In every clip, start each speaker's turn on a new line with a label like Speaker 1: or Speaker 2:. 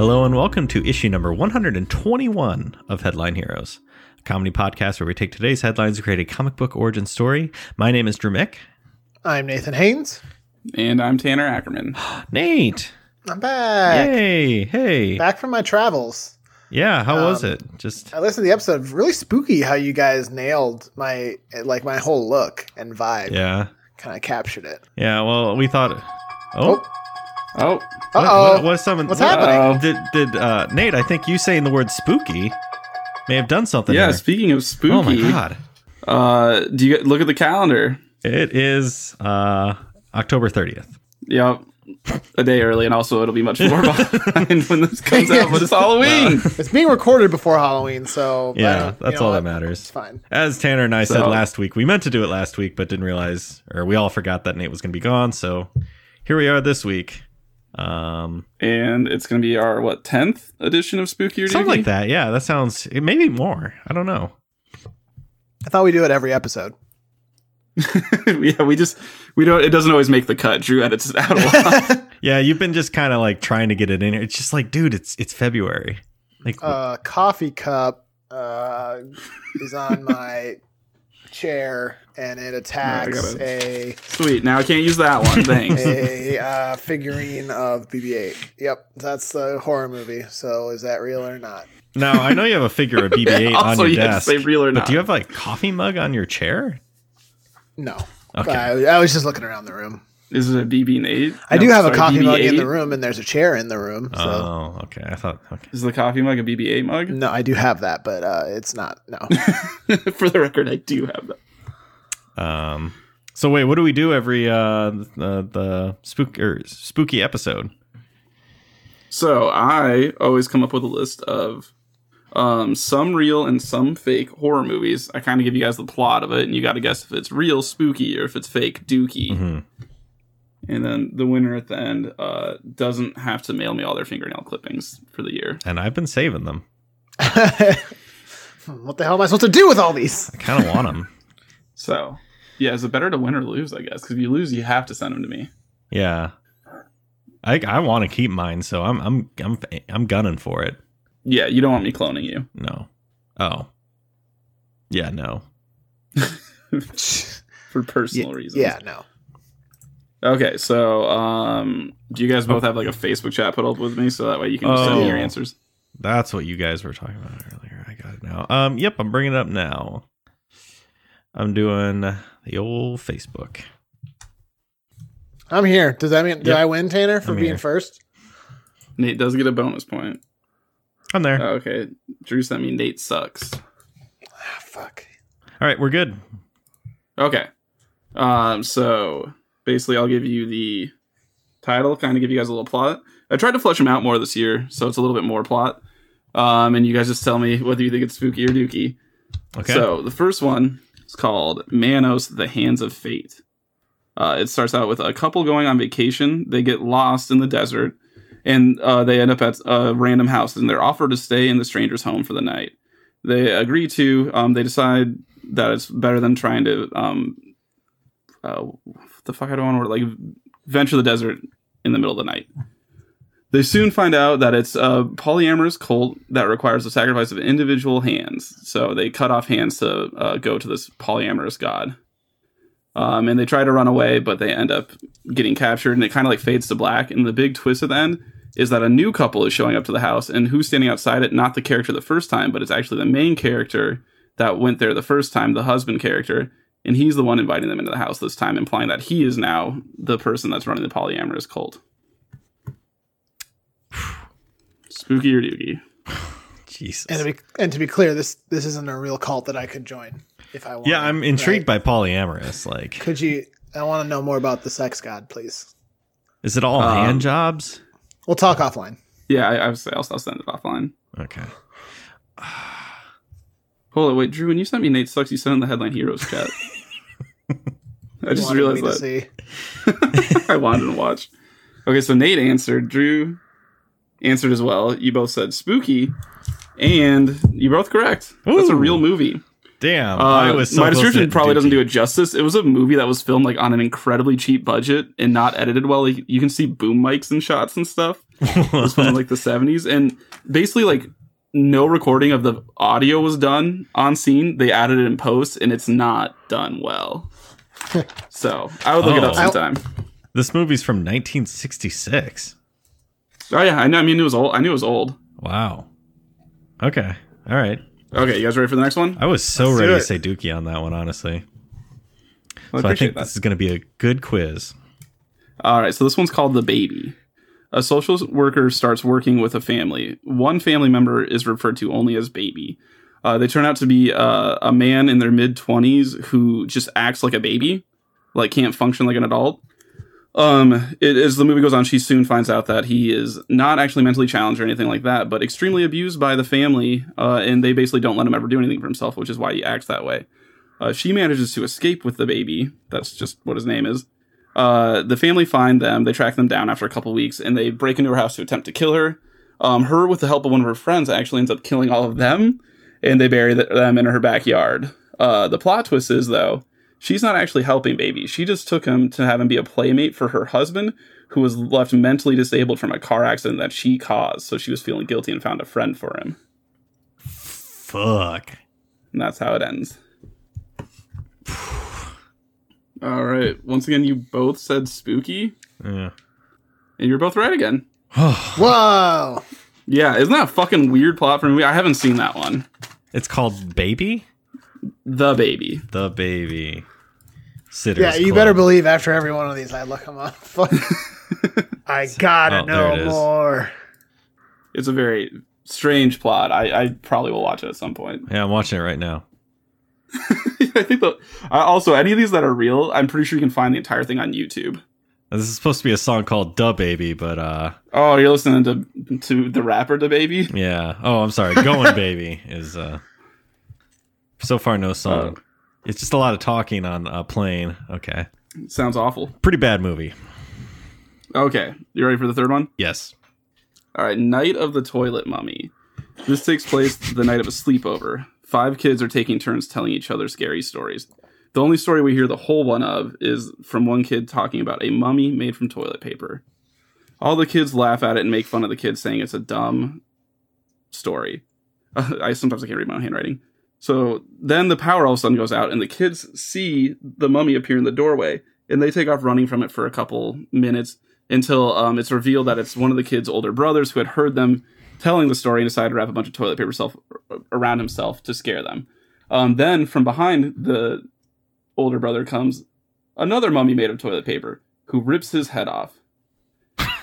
Speaker 1: Hello and welcome to issue number 121 of Headline Heroes, a comedy podcast where we take today's headlines and create a comic book origin story. My name is Drew Mick.
Speaker 2: I'm Nathan Haynes.
Speaker 3: And I'm Tanner Ackerman.
Speaker 1: Nate!
Speaker 2: I'm back.
Speaker 1: Hey! Hey!
Speaker 2: Back from my travels.
Speaker 1: Yeah, how was
Speaker 2: Um,
Speaker 1: it? Just,
Speaker 2: I listened to the episode. Really spooky how you guys nailed my like my whole look and vibe.
Speaker 1: yeah.
Speaker 2: Kind of captured it.
Speaker 1: Yeah, well, we thought. Oh!
Speaker 2: Oh,
Speaker 3: Oh,
Speaker 2: Uh
Speaker 1: What, what,
Speaker 2: oh.
Speaker 1: was some,
Speaker 2: What's
Speaker 1: what-
Speaker 3: happening?
Speaker 1: Did, did uh, Nate, I think you saying the word spooky may have done something.
Speaker 3: yeah.
Speaker 1: here.
Speaker 3: Speaking of spooky,
Speaker 1: Oh my god.
Speaker 3: Uh, do you look at the calendar?
Speaker 1: It is uh, October 30th.
Speaker 3: Yep, a day early, and also it'll be much more behind when this comes out. But it's Halloween.
Speaker 2: It's being recorded before Halloween, so I
Speaker 1: Yeah,
Speaker 2: don't- you
Speaker 1: that's
Speaker 2: know
Speaker 1: all that
Speaker 2: what?
Speaker 1: matters.
Speaker 2: It's fine.
Speaker 1: As Tanner and I said
Speaker 3: So-
Speaker 1: last week, we meant to do it last week, but didn't realize, or we all forgot that Nate was going to be gone. So here we are this week. Um,
Speaker 3: and it's going to be our what tenth edition of Spooky or
Speaker 1: something like
Speaker 3: Dookie?
Speaker 1: that. Yeah, that sounds it maybe more. I don't know.
Speaker 2: I thought we do it every episode.
Speaker 3: yeah, we just we don't. It doesn't always make the cut. Drew edits it out a lot.
Speaker 1: Yeah, you've been just kind of like trying to get it in. here. It's just like, dude, it's it's February. Like,
Speaker 2: Uh, coffee cup uh, is on my chair, and it attacks
Speaker 3: gotta-
Speaker 2: a
Speaker 3: Sweet. Now I can't use that one. Thanks.
Speaker 2: a uh, figurine of BB-8. Yep, that's the horror movie. So is that real or not?
Speaker 1: now I know you have a figure of BB-8 on
Speaker 3: also,
Speaker 1: your
Speaker 3: you had to
Speaker 1: desk,
Speaker 3: say real or
Speaker 1: but
Speaker 3: not.
Speaker 1: do you have like coffee mug on your chair?
Speaker 2: No.
Speaker 1: Okay.
Speaker 2: I, I was just looking around the room.
Speaker 3: Is it a BB eight?
Speaker 2: I do have a coffee mug in the room, and there's a chair in the room. So
Speaker 1: Oh, okay. I thought okay.
Speaker 3: Is the coffee mug a BB eight mug?
Speaker 2: no, I do have that, but uh, it's not. No,
Speaker 3: For the record, I do have that.
Speaker 1: Um, so wait, what do we do every uh the, the spook or spooky episode?
Speaker 3: So I always come up with a list of um, some real and some fake horror movies. I kind of give you guys the plot of it, and you got to guess if it's real spooky or if it's fake dookie.
Speaker 2: Mm-hmm.
Speaker 1: Mhm.
Speaker 3: And then the winner at the end uh, doesn't have to mail me all their fingernail clippings for the year.
Speaker 1: And I've been saving them.
Speaker 2: what the hell am I supposed to do with all these?
Speaker 1: I kind of want them.
Speaker 3: So yeah, is it better to win or lose? I guess because if you lose, you have to send them to me.
Speaker 1: Yeah, I I want to keep mine, so I'm I'm I'm I'm gunning for it.
Speaker 3: Yeah, you don't want me cloning you.
Speaker 1: No, oh, yeah, no.
Speaker 3: For personal reasons.
Speaker 2: Yeah, no.
Speaker 3: Okay, so um, do you guys
Speaker 2: Oh.
Speaker 3: both have like a Facebook chat put up with me so that way you can just send me your
Speaker 1: Oh.
Speaker 3: answers?
Speaker 1: That's what you guys were talking about earlier. I got it now. Um, yep, I'm bringing it up now. I'm doing the old Facebook.
Speaker 2: I'm here. Does that mean did
Speaker 1: Yep.
Speaker 2: I win, Tanner, for
Speaker 1: I'm
Speaker 2: being
Speaker 1: here.
Speaker 2: first?
Speaker 3: Nate does get a bonus point.
Speaker 1: I'm there.
Speaker 3: Oh, okay, Drew sent me Nate sucks.
Speaker 2: Ah, fuck.
Speaker 1: All right, we're good.
Speaker 3: Okay, um, so basically, I'll give you the title, kind of give you guys a little plot. I tried to flesh them out more this year, so it's a little bit more plot. Um, and you guys just tell me whether you think it's spooky or dookie.
Speaker 1: Okay.
Speaker 3: So the first one is called Manos: The Hands of Fate. Uh, it starts out with a couple going on vacation. They get lost in the desert, and uh, they end up at a random house, and they're offered to stay in the stranger's home for the night. They agree to. Um, they decide that it's better than trying to. Um, uh, what the fuck I don't want to like venture the desert in the middle of the night. They soon find out that it's a polyamorous cult that requires the sacrifice of individual hands. So they cut off hands to uh, go to this polyamorous god. Um, and they try to run away, but they end up getting captured, and it kind of like fades to black. And the big twist at the end is that a new couple is showing up to the house, and who's standing outside it? Not the character the first time, but it's actually the main character that went there the first time, the husband character. And he's the one inviting them into the house this time, implying that he is now the person that's running the polyamorous cult. Spooky or dookie?
Speaker 1: Jesus.
Speaker 2: And to be and to be clear, this this isn't a real cult that I could join if I want.
Speaker 1: Yeah, I'm intrigued by polyamorous. Like,
Speaker 2: Could you? I want to know more about the sex god, please.
Speaker 1: is it all
Speaker 3: Um,
Speaker 1: hand jobs?
Speaker 2: We'll talk offline.
Speaker 3: Yeah, I, I would say I'll, I'll send it offline.
Speaker 1: Okay.
Speaker 3: Hold on, wait, Drew, when you sent me Nate Sucks, you sent in the headline Heroes chat. I
Speaker 2: You
Speaker 3: just
Speaker 2: wanted
Speaker 3: realized
Speaker 2: me to
Speaker 3: that.
Speaker 2: see.
Speaker 3: I wanted to watch. Okay, so Nate answered. Drew answered as well. You both said spooky, and you both correct. That's a
Speaker 1: Ooh.
Speaker 3: real movie.
Speaker 1: Damn,
Speaker 3: Uh,
Speaker 1: I was so close
Speaker 3: my
Speaker 1: to
Speaker 3: description
Speaker 1: hitting
Speaker 3: probably doesn't
Speaker 1: Dookie.
Speaker 3: do it justice. It was a movie that was filmed like on an incredibly cheap budget and not edited well. Like, you can see boom mics and shots and stuff. It was filmed in, like the seventies, and basically like no recording of the audio was done on scene. They added it in post, and it's not done well. so I would look it
Speaker 1: Oh.
Speaker 3: up sometime.
Speaker 1: this movie's from 1966.
Speaker 3: Oh yeah, I know. I mean, it was old. I knew it was old.
Speaker 1: Wow. Okay. All right.
Speaker 3: Okay, you guys ready for the next one?
Speaker 1: I was so
Speaker 2: Let's do
Speaker 1: ready to
Speaker 2: it.
Speaker 1: say Dookie on that one, honestly.
Speaker 3: I
Speaker 1: so I think
Speaker 3: appreciate that.
Speaker 1: this is going to be a good quiz.
Speaker 3: All right, so this one's called The Baby. A social worker starts working with a family. One family member is referred to only as baby. Uh, they turn out to be uh, a man in their mid 20s who just acts like a baby, like can't function like an adult. Um, it, as the movie goes on, she soon finds out that he is not actually mentally challenged or anything like that, but extremely abused by the family, uh, and they basically don't let him ever do anything for himself, which is why he acts that way. Uh, she manages to escape with the baby. That's just what his name is. Uh, the family find them. They track them down after a couple weeks, and they break into her house to attempt to kill her. Um, her, with the help of one of her friends, actually ends up killing all of them, and they bury th- them in her backyard. Uh, the plot twist is though, she's not actually helping baby. She just took him to have him be a playmate for her husband, who was left mentally disabled from a car accident that she caused. So she was feeling guilty and found a friend for him,
Speaker 1: Fuck.
Speaker 3: and that's how it ends. All right. Once again, you both said spooky,
Speaker 1: Yeah.
Speaker 3: and you're both right again.
Speaker 2: Whoa!
Speaker 3: Yeah, isn't that a fucking weird plot for a movie? I haven't seen that one.
Speaker 1: it's called Baby?
Speaker 3: The baby.
Speaker 1: The Baby. Sitters
Speaker 2: Yeah, you
Speaker 1: Club.
Speaker 2: better believe after every one of these, I look them up. I gotta
Speaker 1: Oh, there it
Speaker 2: know
Speaker 1: is.
Speaker 2: more.
Speaker 3: It's a very strange plot. I, I probably will watch it at some point.
Speaker 1: Yeah, I'm watching it right now.
Speaker 3: I think the I also any of these that are real, I'm pretty sure you can find the entire thing on YouTube.
Speaker 1: This is supposed to be a song called Duh Baby, but uh
Speaker 3: Oh, you're listening to to the rapper the baby.
Speaker 1: yeah. Oh, I'm sorry. Going Baby is uh so far no song. it's just a lot of talking on a plane. Okay.
Speaker 3: Sounds awful.
Speaker 1: Pretty bad movie.
Speaker 3: Okay, you ready for the third one?
Speaker 1: Yes.
Speaker 3: All right, Night of the Toilet Mummy. This takes place the night of a sleepover. Five kids are taking turns telling each other scary stories. The only story we hear the whole one of is from one kid talking about a mummy made from toilet paper. All the kids laugh at it and make fun of the kid, saying it's a dumb story. I sometimes I can't read my own handwriting. So then the power all of a sudden goes out, and the kids see the mummy appear in the doorway, and they take off running from it for a couple minutes until um, it's revealed that it's one of the kid's older brothers who had heard them telling the story and decided to wrap a bunch of toilet paper self, around himself to scare them. Um, then from behind the older brother comes another mummy made of toilet paper who rips his head off.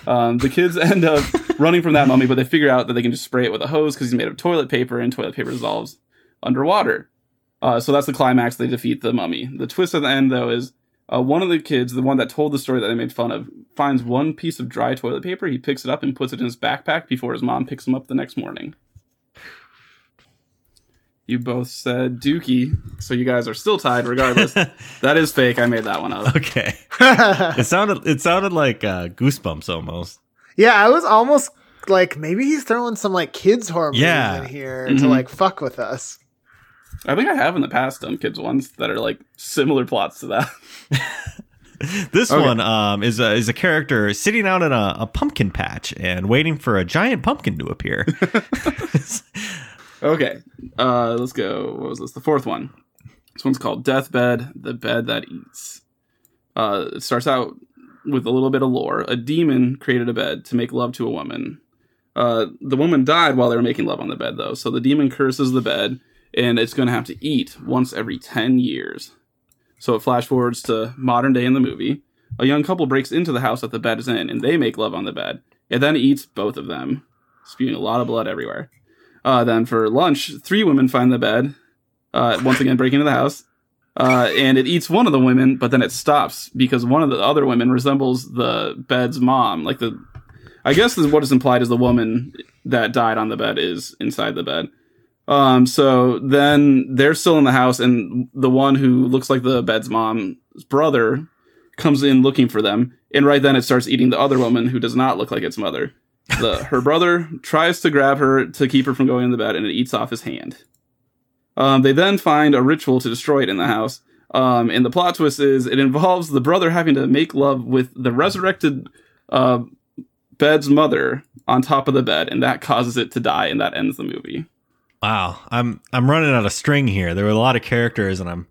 Speaker 3: Um, the kids end up running from that mummy, but they figure out that they can just spray it with a hose because he's made of toilet paper and toilet paper dissolves underwater. Uh, so that's the climax. They defeat the mummy. The twist at the end, though, is uh, one of the kids, the one that told the story that they made fun of, finds one piece of dry toilet paper. He picks it up and puts it in his backpack before his mom picks him up the next morning. You both said Dookie, so you guys are still tied regardless. that is fake. I made that one up.
Speaker 1: Okay. It sounded it sounded like uh, goosebumps almost.
Speaker 2: yeah, I was almost like maybe he's throwing some like kids horror movies
Speaker 1: Yeah.
Speaker 2: in here
Speaker 3: Mhm.
Speaker 2: to like fuck with us.
Speaker 3: I think I have in the past done kids ones that are like similar plots to that.
Speaker 1: This
Speaker 3: Okay.
Speaker 1: one um, is a, is a character sitting out in a, a pumpkin patch and waiting for a giant pumpkin to appear.
Speaker 3: Okay. Uh, let's go. What was this? The fourth one. This one's called Deathbed, the Bed That Eats. Uh, it starts out with a little bit of lore. A demon created a bed to make love to a woman. Uh, the woman died while they were making love on the bed, though. So the demon curses the bed, and it's going to have to eat once every 10 years. So it flash forwards to modern day in the movie. A young couple breaks into the house that the bed is in, and they make love on the bed. It then eats both of them, spewing a lot of blood everywhere. Uh, then for lunch, three women find the bed, uh, once again breaking into the house, uh, and it eats one of the women, but then it stops because one of the other women resembles the bed's mom. Like the, I guess is what is implied is the woman that died on the bed is inside the bed. Um, so then they're still in the house, and the one who looks like the bed's mom's brother comes in looking for them, and right then it starts eating the other woman who does not look like its mother the her brother tries to grab her to keep her from going in the bed and it eats off his hand Um, they then find a ritual to destroy it in the house. Um, and the plot twist is it involves the brother having to make love with the resurrected uh, Bed's mother on top of the bed, and that causes it to die, and that ends the movie.
Speaker 1: Wow, I'm I'm running out of string here. There were a lot of characters, and I'm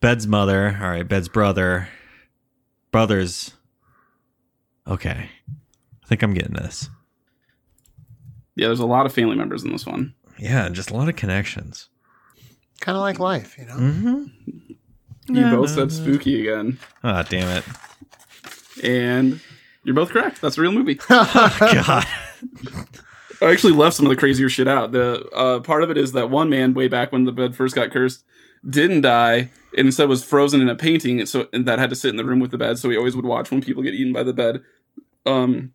Speaker 1: Bed's mother. All right, Bed's brother, brothers. Okay, I think I'm getting this.
Speaker 3: Yeah, there's a lot of family members in this one.
Speaker 1: Yeah, just a lot of connections.
Speaker 2: Kind of like life, you know.
Speaker 1: Mm-hmm.
Speaker 3: You both said spooky again,
Speaker 1: Ah, damn it!
Speaker 3: and you're both correct. That's a real movie.
Speaker 1: Mm-hmm. God,
Speaker 3: I actually left some of the crazier shit out. The uh, part of it is that one man way back when the bed first got cursed didn't die and instead was frozen in a painting, and so and that had to sit in the room with the bed. So he always would watch when people get eaten by the bed. Um,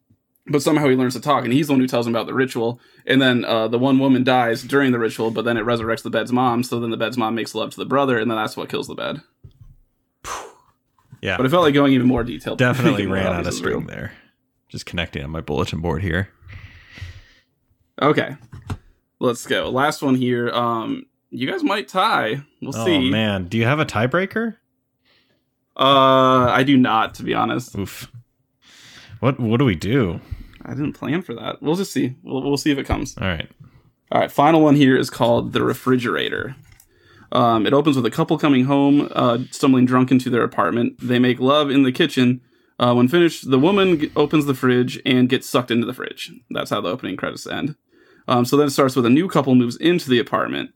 Speaker 3: but somehow he learns to talk, and he's the one who tells him about the ritual. And then uh, the one woman dies during the ritual, but then it resurrects the bed's mom. So then the bed's mom makes love to the brother, and then that's what kills the bed.
Speaker 1: yeah,
Speaker 3: But it felt like going even more detailed.
Speaker 1: definitely
Speaker 3: Thinking
Speaker 1: ran
Speaker 3: about
Speaker 1: out of
Speaker 3: this is real.
Speaker 1: string there. Just connecting on my bulletin board here.
Speaker 3: Okay, let's go. Last one here. Um, you guys might tie. We'll
Speaker 1: oh
Speaker 3: see.
Speaker 1: man, do you have a tiebreaker?
Speaker 3: Uh, I do not, to be honest.
Speaker 1: Oof. What what do we do?
Speaker 3: I didn't plan for that. We'll just see. We'll, we'll see if it comes.
Speaker 1: All right.
Speaker 3: All right, final one here is called The Refrigerator. Um, it opens with a couple coming home, uh, stumbling drunk into their apartment. They make love in the kitchen. Uh, when finished, the woman g- opens the fridge and gets sucked into the fridge. That's how the opening credits end. Um, so then it starts with a new couple moves into the apartment.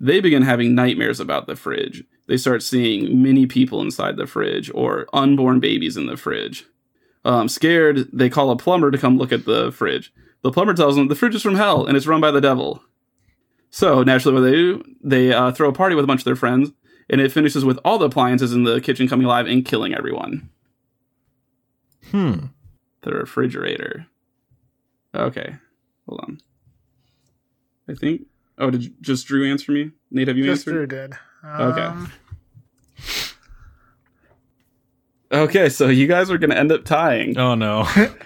Speaker 3: They begin having nightmares about the fridge. They start seeing many people inside the fridge or unborn babies in the fridge. Um, scared, they call a plumber to come look at the fridge. The plumber tells them the fridge is from hell and it's run by the devil. So naturally, what they do, they uh, throw a party with a bunch of their friends, and it finishes with all the appliances in the kitchen coming alive and killing everyone.
Speaker 1: Hmm.
Speaker 3: The refrigerator. Okay, hold on. I think. Oh, did just Drew answer me? Nate, have you
Speaker 2: Just
Speaker 3: answered?
Speaker 2: Drew did.
Speaker 3: Okay.
Speaker 2: Um,
Speaker 3: Okay, so you guys are gonna end up tying.
Speaker 1: Oh no.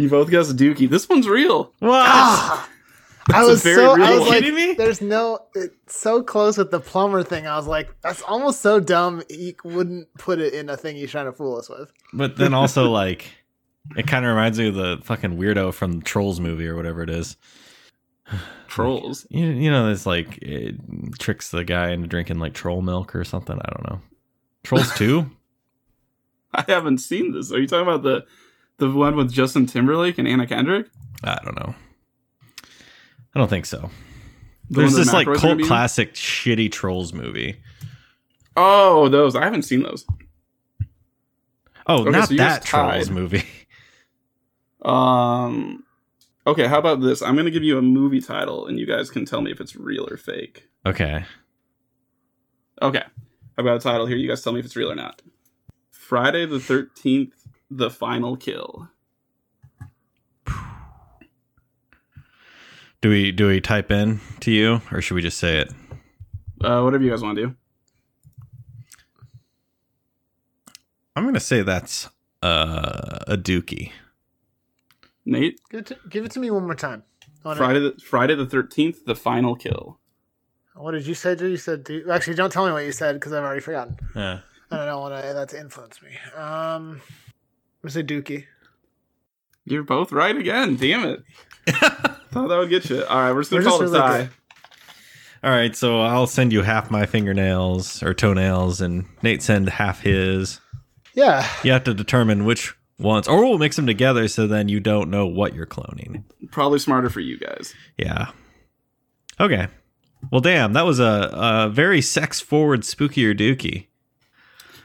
Speaker 3: You both guessed Dookie. This one's real.
Speaker 1: what?
Speaker 2: Ah! I
Speaker 3: a
Speaker 2: was
Speaker 3: very
Speaker 2: so. I
Speaker 3: real
Speaker 2: was
Speaker 3: one.
Speaker 2: like,
Speaker 1: Kidding me?
Speaker 2: there's no. It's so close with the plumber thing. I was like, that's almost so dumb. He wouldn't put it in a thing he's trying to fool us with.
Speaker 1: But then also like it kind of reminds me of the fucking weirdo from the Trolls movie or whatever it is.
Speaker 3: Trolls.
Speaker 1: You, you know, it's like it tricks the guy into drinking like troll milk or something. I don't know. Trolls 2?
Speaker 3: I haven't seen this. Are you talking about the the one with Justin Timberlake and Anna Kendrick?
Speaker 1: I don't know. I don't think so.
Speaker 3: The
Speaker 1: There's
Speaker 3: one that
Speaker 1: this like
Speaker 3: McElroy's gonna
Speaker 1: cult
Speaker 3: be in?
Speaker 1: classic shitty Trolls movie.
Speaker 3: Oh, those. I haven't seen those.
Speaker 1: Oh,
Speaker 3: Okay,
Speaker 1: not
Speaker 3: so you're
Speaker 1: that
Speaker 3: just tied.
Speaker 1: Trolls movie.
Speaker 3: Um. Okay, how about this? I'm gonna give you a movie title, and you guys can tell me if it's real or fake.
Speaker 1: Okay.
Speaker 3: Okay, I've got a title here. You guys tell me if it's real or not. Friday the Thirteenth: The Final Kill.
Speaker 1: Do we do we type in to you or should we just say it?
Speaker 3: Uh, whatever you guys want to do.
Speaker 1: I'm gonna say that's uh, a dookie.
Speaker 3: Nate,
Speaker 2: Give it to, give it to me one more time. I wanna-
Speaker 3: Friday the Friday the Thirteenth: The Final Kill.
Speaker 2: What did you say? Drew? You said do, actually. Don't tell me what you said because I've already forgotten,
Speaker 1: Yeah.
Speaker 2: and I don't want to. That's influenced me. Um, I'm gonna say Dookie.
Speaker 3: You're both right again. Damn it! Thought that would get you. All right, we're just
Speaker 2: We're
Speaker 3: gonna
Speaker 2: just
Speaker 3: call it a
Speaker 2: really
Speaker 3: tie.
Speaker 2: good.
Speaker 1: All right, so I'll send you half my fingernails or toenails, and Nate send half his.
Speaker 2: Yeah,
Speaker 1: You have to determine which ones, or we'll mix them together so then you don't know what you're cloning.
Speaker 3: Probably smarter for you guys.
Speaker 1: Yeah. Okay. Well, damn, that was a, a very sex forward, spookier dookie.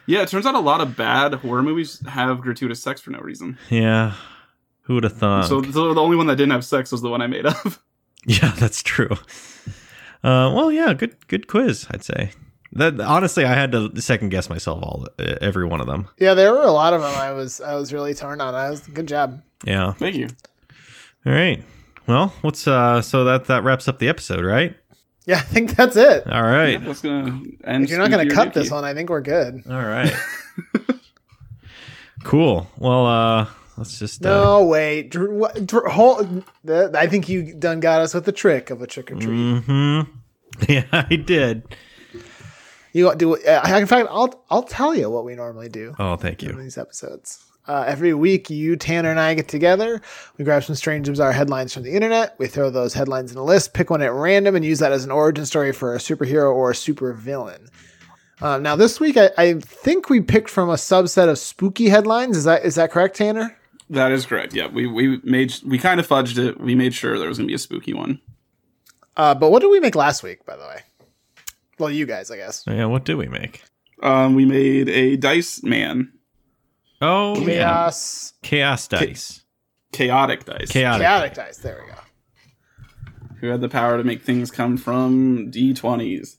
Speaker 3: Yeah, it turns out a lot of bad horror movies have gratuitous sex for no reason.
Speaker 1: Yeah. Who would have thought?
Speaker 3: So, so the only one that didn't have sex was the one I made up.
Speaker 1: Yeah, that's true. Uh, well, yeah, good good quiz, I'd say. That honestly, I had to second guess myself all e, every one of them.
Speaker 2: yeah. There were a lot of them. I was I was really torn on. I was good job.
Speaker 1: Yeah.
Speaker 3: Thank you.
Speaker 1: All right. Well, what's uh? So that that wraps up the episode, right?
Speaker 2: Yeah, I think that's it.
Speaker 1: All right.
Speaker 3: That's gonna end.
Speaker 2: If you're not gonna
Speaker 3: Spooky
Speaker 2: cut
Speaker 3: Dookie.
Speaker 2: this one, I think we're good.
Speaker 1: All right. cool. Well, uh, let's just. Uh,
Speaker 2: No, wait. Drew,
Speaker 1: Mm.
Speaker 2: what, Drew, hold, the, I think you done got us with the trick of a trick or treat.
Speaker 1: hmm Yeah, I did.
Speaker 2: You want do? Uh, in fact, I'll I'll tell you what we normally do
Speaker 1: Oh, thank
Speaker 2: in
Speaker 1: you.
Speaker 2: these episodes. Uh, every week, you, Tanner, and I get together. We grab some strange bizarre headlines from the internet. We throw those headlines in a list, pick one at random, and use that as an origin story for a superhero or a supervillain. Um, now, this week, I, I think we picked from a subset of spooky headlines. Is that is that correct, Tanner?
Speaker 3: That is correct. Yeah, we we made we kind of fudged it. We made sure there was gonna be a spooky one.
Speaker 2: Uh, but what did we make last week, by the way? Well, you guys, I guess.
Speaker 1: Yeah, what do we make?
Speaker 3: Um, we made a dice man,
Speaker 1: Oh, yeah.
Speaker 2: Chaos,
Speaker 1: Chaos dice.
Speaker 3: chaotic dice,
Speaker 1: Chaotic.
Speaker 2: chaotic dice. There we go.
Speaker 3: who had the power to make things come from d twenties.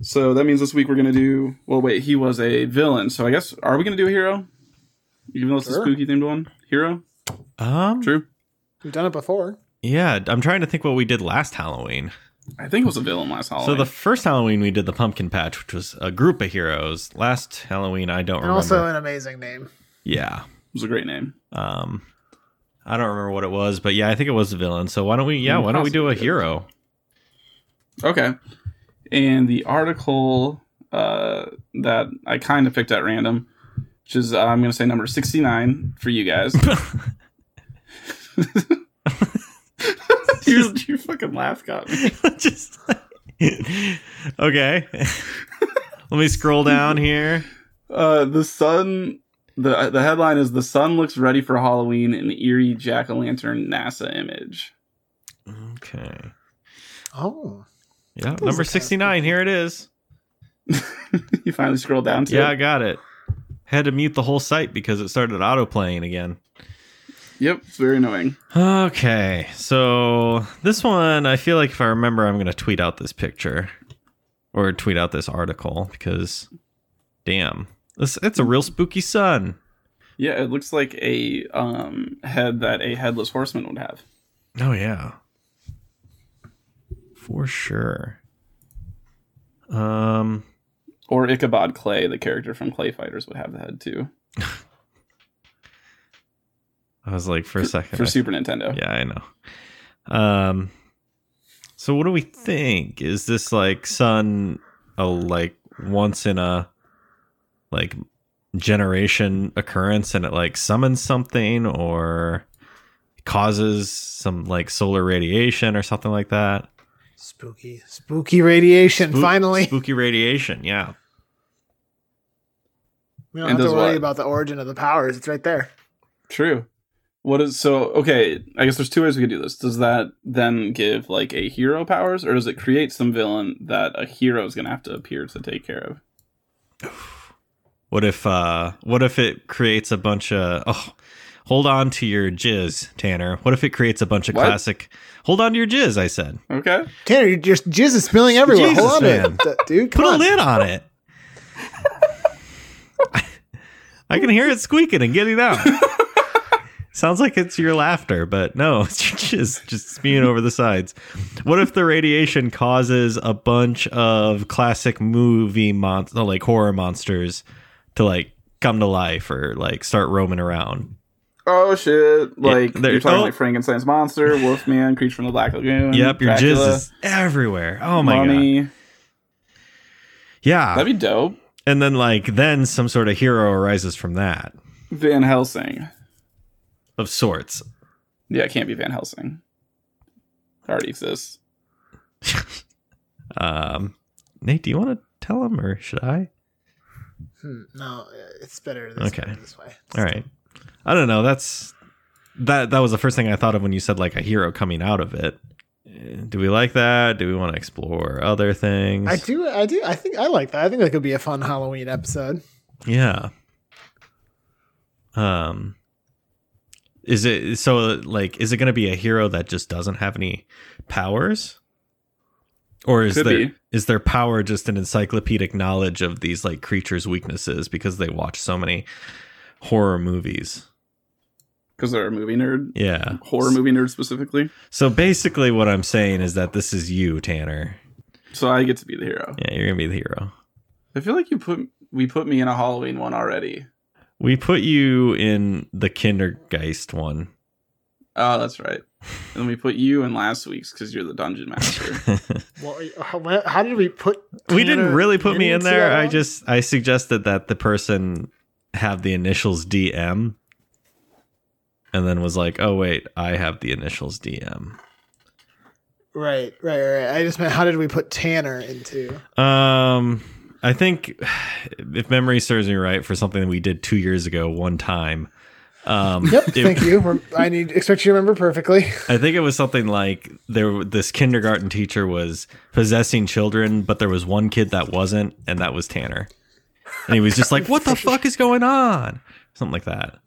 Speaker 3: So that means this week we're gonna do. Well, wait, he was a villain. So I guess are we gonna do a hero? Even though it's
Speaker 2: Sure.
Speaker 3: a spooky themed one, hero.
Speaker 1: Um,
Speaker 3: True.
Speaker 2: We've done it before.
Speaker 1: yeah, I'm trying to think what we did last Halloween.
Speaker 3: I think it was a villain last Halloween.
Speaker 1: So the first Halloween we did the pumpkin patch, which was a group of heroes. Last Halloween, I don't
Speaker 2: And
Speaker 1: remember.
Speaker 2: also an amazing name.
Speaker 1: yeah.
Speaker 3: it was a great name.
Speaker 1: Um, I don't remember what it was, but yeah, I think it was the villain. So why don't we? Yeah, why don't we do a
Speaker 3: Possibly.
Speaker 1: hero?
Speaker 3: Okay. And the article uh, that I kind of picked at random, which is uh, I'm going to say number 69 for you guys. you, you fucking laugh got me.
Speaker 1: Just okay. Let me scroll down here.
Speaker 3: Uh, the sun. The, the headline is The Sun Looks Ready for Halloween, an eerie jack o' lantern NASA image.
Speaker 1: Okay.
Speaker 2: Oh,
Speaker 1: Yeah,
Speaker 2: Those are
Speaker 1: number
Speaker 2: kinda
Speaker 1: sixty nine. Here it is.
Speaker 3: you finally scroll down to
Speaker 1: Yeah, I
Speaker 3: it.
Speaker 1: got it. Had to mute the whole site because it started autoplaying again.
Speaker 3: Yep, it's very annoying.
Speaker 1: Okay, so this one, I feel like if I remember, I'm going to tweet out this picture or tweet out this article because, damn, this it's a real spooky sun.
Speaker 3: Yeah, it looks like a um, head that a headless horseman would have.
Speaker 1: Oh yeah, for sure. Um,
Speaker 3: Or Ichabod Clay, the character from Clay Fighters, would have the head too.
Speaker 1: I was like for a second,
Speaker 3: for
Speaker 1: I-
Speaker 3: Super Nintendo.
Speaker 1: yeah, I know. Um, so what do we think? Is this like sun a like once in a like generation occurrence, and it like summons something or causes some like solar radiation or something like that?
Speaker 2: spooky, spooky radiation.
Speaker 1: Spook-
Speaker 2: finally,
Speaker 1: spooky radiation. Yeah.
Speaker 2: we don't
Speaker 3: And
Speaker 2: have to
Speaker 3: does
Speaker 2: worry
Speaker 3: what?
Speaker 2: about the origin of the powers. It's right there.
Speaker 3: True. What is so okay? I guess there's two ways we could do this. Does that then give like a hero powers, or does it create some villain that a hero is gonna have to appear to take care of?
Speaker 1: What if uh what if it creates a bunch of oh hold on to your jizz, Tanner. What if it creates a bunch of
Speaker 3: What?
Speaker 1: classic hold on to your jizz, I said.
Speaker 3: Okay,
Speaker 2: Tanner, you're just jizz is spilling everywhere.
Speaker 1: Jesus,
Speaker 2: Hold on,
Speaker 1: man.
Speaker 2: to it, D- dude. Come
Speaker 1: Put a
Speaker 2: on.
Speaker 1: lid on it. I, can hear it squeaking and getting out. Sounds like it's your laughter, but no, it's just just spewing over the sides. What if the radiation causes a bunch of classic movie mon- uh, like horror monsters to like come to life or like start roaming around?
Speaker 3: Oh shit! Like
Speaker 1: there-
Speaker 3: you're talking
Speaker 1: oh.
Speaker 3: like Frankenstein's monster, Wolfman, Creature from the Black Lagoon.
Speaker 1: Yep, your
Speaker 3: Dracula,
Speaker 1: jizz is everywhere. Oh my god.
Speaker 3: Mummy.
Speaker 1: Yeah.
Speaker 3: That'd be dope.
Speaker 1: and then like then some sort of hero arises from that
Speaker 3: Van Helsing.
Speaker 1: of sorts.
Speaker 3: Yeah, it can't be Van Helsing. It already exists.
Speaker 1: Um, Nate, do you want to tell him or should I?
Speaker 2: Hmm, no, it's better this,
Speaker 1: Okay.
Speaker 2: way, this way.
Speaker 1: All right. I don't know. That's that. That was the first thing I thought of when you said like a hero coming out of it. Uh, Do we like that? Do we want to explore other things?
Speaker 2: I do, I do. I think I like that. I think that could be a fun Halloween episode.
Speaker 1: Yeah. Um. Is it so? Like, is it going to be a hero that just doesn't have any powers? Or is
Speaker 3: Could
Speaker 1: there
Speaker 3: be.
Speaker 1: is their power just an encyclopedic knowledge of these like creatures' weaknesses because they watch so many horror movies?
Speaker 3: Because they're a movie nerd.
Speaker 1: Yeah.
Speaker 3: Horror movie nerd specifically.
Speaker 1: So basically, what I'm saying is that this is you, Tanner.
Speaker 3: So I get to be the hero.
Speaker 1: Yeah, you're gonna be the hero.
Speaker 3: I feel like you put we put me in a Halloween one already.
Speaker 1: We put you in the Kindergeist one.
Speaker 3: Oh, that's right. And then we put you in last week's because you're the dungeon master.
Speaker 2: Well, are you- uh, how, how did we put?
Speaker 1: we didn't
Speaker 2: Tanner
Speaker 1: really put me in
Speaker 2: into
Speaker 1: there.
Speaker 2: that
Speaker 1: I
Speaker 2: one?
Speaker 1: just I suggested that the person have the initials DM, and then was like, "Oh wait, I have the initials DM."
Speaker 2: right, right, right. I just meant how did we put Tanner into?
Speaker 1: Um, I think if memory serves me right, for something that we did two years ago, one time. Um,
Speaker 2: Yep.
Speaker 1: it-
Speaker 2: thank you. We're, I need expect you to remember perfectly.
Speaker 1: I think it was something like there. This kindergarten teacher was possessing children, but there was one kid that wasn't, and that was Tanner. And he was just like, "What the fuck is going on?" Something like that.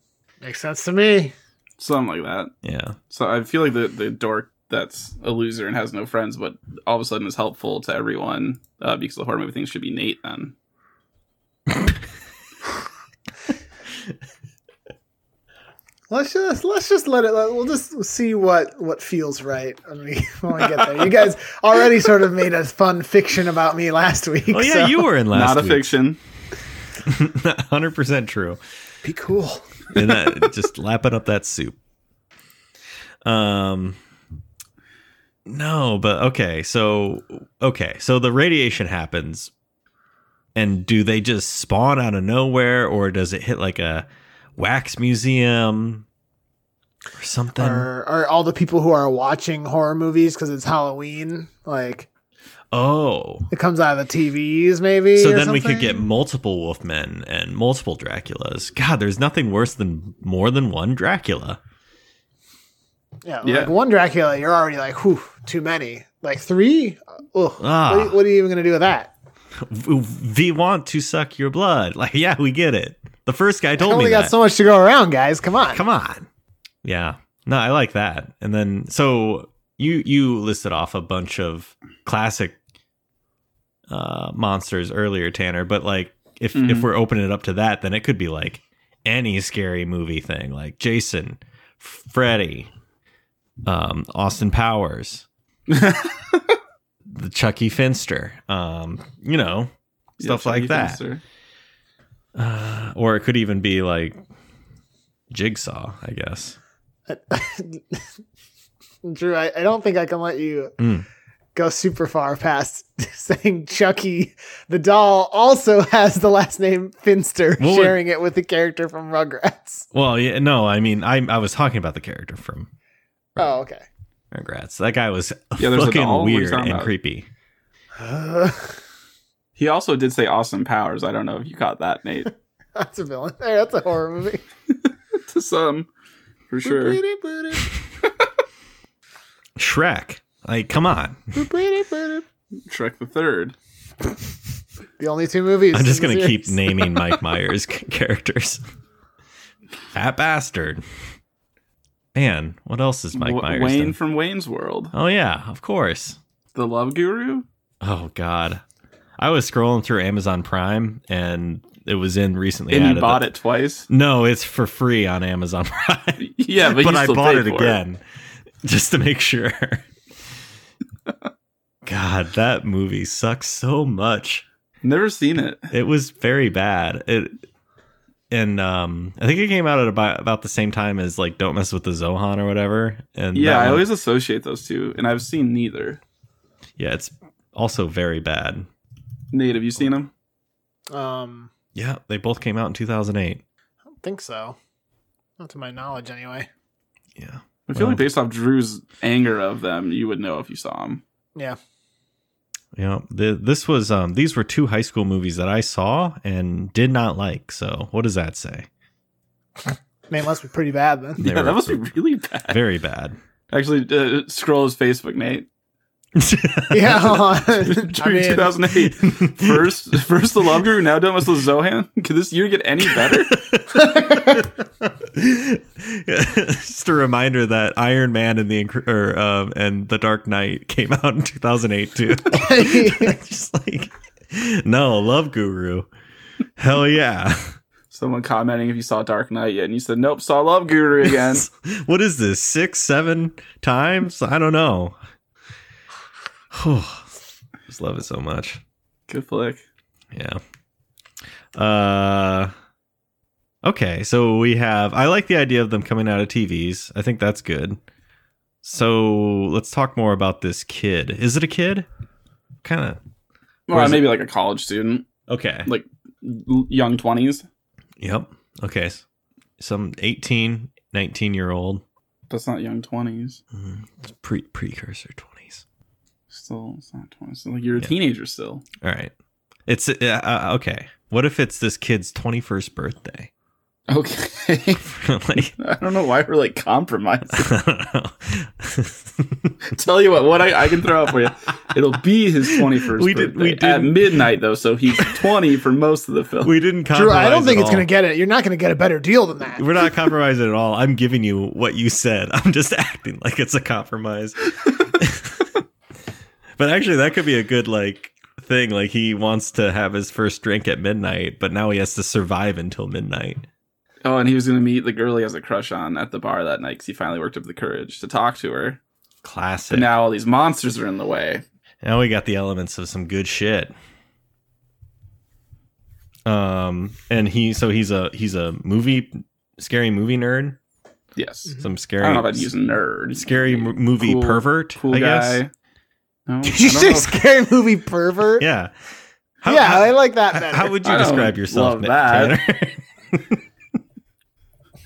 Speaker 2: Makes sense to me.
Speaker 3: Something like that.
Speaker 1: Yeah.
Speaker 3: So I feel like the, the dork that's a loser and has no friends, but all of a sudden is helpful to everyone uh, because the horror movie thing should be Nate then.
Speaker 2: Let's just let's just let it. Let, we'll just see what what feels right when we when we get there. You guys already sort of made a fun fiction about me last week.
Speaker 1: Oh yeah,
Speaker 2: so-
Speaker 1: you were in last.
Speaker 3: Not a fiction.
Speaker 1: fiction. Hundred percent true.
Speaker 2: be cool.
Speaker 1: And that just lapping up that soup. Um. No, but okay. So okay. So the radiation happens, and do they just spawn out of nowhere, or does it hit like a wax museum or something?
Speaker 2: Are are all the people who are watching horror movies because it's Halloween? Like
Speaker 1: oh,
Speaker 2: it comes out of the TVs, maybe.
Speaker 1: so
Speaker 2: or
Speaker 1: then we could get
Speaker 2: something?
Speaker 1: multiple Wolfmen and multiple Draculas. God, there's nothing worse than more than one Dracula.
Speaker 2: yeah,
Speaker 3: Yeah.
Speaker 2: like one Dracula. You're already like, whew, too many. Like three. Ugh,
Speaker 1: Ah.
Speaker 2: what, are you, what are you even gonna do with that?
Speaker 1: we want to suck your blood. Like, yeah, we get it. The first guy
Speaker 2: I
Speaker 1: told me
Speaker 2: only got
Speaker 1: that.
Speaker 2: so much to go around, guys. Come on.
Speaker 1: Come on. Yeah. No, I like that. And then so you you listed off a bunch of classic uh monsters earlier, Tanner, but like if
Speaker 3: Mhm.
Speaker 2: Mm-hmm.
Speaker 1: if we're opening it up to that, then it could be like any scary movie thing, like Jason, Freddy, um, Austin Powers, the Chucky Finster, um, you know, Stuff
Speaker 3: Yeah,
Speaker 1: like
Speaker 3: Chucky
Speaker 1: that.
Speaker 3: Finster.
Speaker 1: Uh, or it could even be like Jigsaw, I guess.
Speaker 2: Drew, I, I don't think I can let you
Speaker 1: Mm.
Speaker 2: go super far past saying Chucky the doll also has the last name Finster,
Speaker 1: What would-
Speaker 2: sharing it with the character from Rugrats.
Speaker 1: Well, yeah, no, I mean, I I was talking about the character from
Speaker 2: Oh, okay.
Speaker 1: Rugrats. That guy was
Speaker 3: Yeah, there's a doll?
Speaker 1: fucking
Speaker 3: What are you
Speaker 1: weird
Speaker 3: talking
Speaker 1: and
Speaker 3: about?
Speaker 1: creepy.
Speaker 3: He also did say Austin Powers. I don't know if you caught that, Nate.
Speaker 2: that's a villain. Hey, that's a horror movie.
Speaker 3: to some, for sure.
Speaker 2: Boopity boopity,
Speaker 1: Shrek, like, come on.
Speaker 2: boopity boopity.
Speaker 3: Shrek the Third.
Speaker 2: The only two movies.
Speaker 1: I'm just
Speaker 2: in the
Speaker 1: gonna keep
Speaker 2: series.
Speaker 1: naming Mike Myers c- characters. Fat bastard. Man, what else is Mike
Speaker 3: Wa-
Speaker 1: Myers?
Speaker 3: Wayne
Speaker 1: done?
Speaker 3: from Wayne's World.
Speaker 1: oh yeah, of course.
Speaker 3: The Love Guru.
Speaker 1: Oh god, I was scrolling through Amazon Prime and it was in recently.
Speaker 3: and
Speaker 1: added
Speaker 3: you bought
Speaker 1: that-
Speaker 3: it twice.
Speaker 1: No, it's for free on Amazon Prime.
Speaker 3: Yeah, but, you
Speaker 1: I
Speaker 3: still
Speaker 1: bought
Speaker 3: paid
Speaker 1: it
Speaker 3: for
Speaker 1: again just to make sure. God, that movie sucks so much.
Speaker 3: Never seen it.
Speaker 1: It was very bad. It and um I think it came out at about about the same time as like Don't Mess with the Zohan or whatever. And
Speaker 3: Yeah,
Speaker 1: that
Speaker 3: I
Speaker 1: one-
Speaker 3: always associate those two, and I've seen neither.
Speaker 1: Yeah, it's also very bad.
Speaker 3: Nate, have you seen them?
Speaker 2: Um,
Speaker 1: Yeah, they both came out in 2008.
Speaker 2: I don't think so. Not to my knowledge, anyway.
Speaker 1: Yeah.
Speaker 3: I feel
Speaker 1: Well.
Speaker 3: like based off Drew's anger of them, you would know if you saw them.
Speaker 2: Yeah.
Speaker 1: Yeah, the, this was um these were two high school movies that I saw and did not like. So, what does that say?
Speaker 2: Man, must be pretty bad then.
Speaker 1: They
Speaker 3: yeah,
Speaker 1: were
Speaker 3: that must be really bad.
Speaker 1: Very bad.
Speaker 3: Actually, uh, scroll his Facebook, Nate.
Speaker 2: Yeah. I
Speaker 3: Drew,
Speaker 2: mean,
Speaker 3: 2008. First, first the Love Guru, now Don't Mess with Zohan. Could this year get any better?
Speaker 1: Just a reminder that Iron Man and the Incre- or, um, and the Dark Knight came out in 2008 too. Just like no Love Guru, hell yeah!
Speaker 3: Someone commenting if you saw Dark Knight yet, and you said, "Nope, saw Love Guru again."
Speaker 1: what is this six seven times? I don't know. Just love it so much.
Speaker 3: Good flick.
Speaker 1: Yeah. Uh okay, so we have I like the idea of them coming out of TVs. I think that's good. So let's talk more about this kid. Is it a kid? Kind of. Or
Speaker 3: Well,
Speaker 1: is
Speaker 3: maybe like a college student,
Speaker 1: Okay.
Speaker 3: Like- l- young 20s.
Speaker 1: Yep. Okay. S- Some 18, 19 year old.
Speaker 3: That's not young 20s.
Speaker 1: Mhm. It's pre precursor 20s.
Speaker 3: Still, it's not 20s. So, like, you're a
Speaker 1: Yeah.
Speaker 3: teenager still.
Speaker 1: All right. It's uh, uh, okay. What if it's this kid's 21st birthday?
Speaker 3: Okay.
Speaker 1: like,
Speaker 3: I don't know why we're like compromised.
Speaker 1: I don't know.
Speaker 3: Tell you what, what I, I can throw out for you. It'll be his 21st
Speaker 1: We
Speaker 3: birthday
Speaker 1: did- we
Speaker 3: at
Speaker 1: didn't-
Speaker 3: midnight, though, so he's 20 for most of the film.
Speaker 1: we didn't compromise.
Speaker 2: Drew, I don't think
Speaker 1: at
Speaker 2: it's going
Speaker 1: all.
Speaker 2: to get it. You're not going to get a better deal than that.
Speaker 1: We're not compromising at all. I'm giving you what you said. I'm just acting like it's a compromise. but actually, that could be a good like thing. Like he wants to have his first drink at midnight, but now he has to survive until midnight.
Speaker 3: oh, and he was going to meet the girl he has a crush on at the bar that night because he finally worked up the courage to talk to her.
Speaker 1: Classic.
Speaker 3: But now all these monsters are in the way.
Speaker 1: Now we got the elements of some good shit. Um, and he so he's a he's a movie scary movie nerd.
Speaker 3: Yes.
Speaker 1: Some
Speaker 3: Mm-hmm. I
Speaker 1: scary
Speaker 3: don't know if I'd use nerd.
Speaker 1: scary m- movie
Speaker 3: Cool-
Speaker 1: pervert.
Speaker 3: Cool
Speaker 1: I guess.
Speaker 3: guy. No,
Speaker 2: Did you
Speaker 3: I don't
Speaker 2: say
Speaker 3: know.
Speaker 2: scary movie pervert?
Speaker 1: Yeah.
Speaker 2: yeah, I like that
Speaker 1: H-
Speaker 2: better.
Speaker 1: How would you
Speaker 3: I don't
Speaker 1: describe yourself,
Speaker 3: love
Speaker 1: Nick
Speaker 3: that.
Speaker 1: Tanner?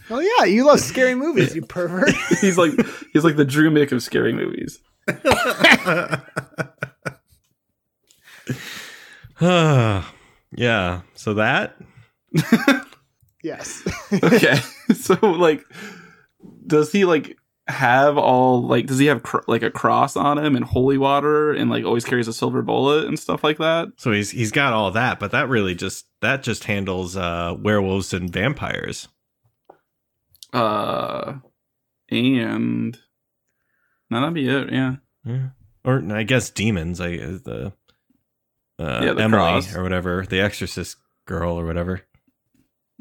Speaker 2: well, yeah, you love scary movies, you pervert.
Speaker 3: he's like he's like the Drew Mick of scary movies.
Speaker 1: yeah. So that
Speaker 2: yes.
Speaker 3: Okay, so like, does he like have all like does he have cr- like a cross on him and holy water and like always carries a silver bullet and stuff like that?
Speaker 1: so he's he's got all that, but that really just that just handles uh werewolves and vampires.
Speaker 3: Uh, and no, that'd be it. Yeah,
Speaker 1: Yeah. Or I guess demons, I uh, the uh
Speaker 3: Yeah, the
Speaker 1: Emily
Speaker 3: cross.
Speaker 1: or whatever, the exorcist girl or whatever.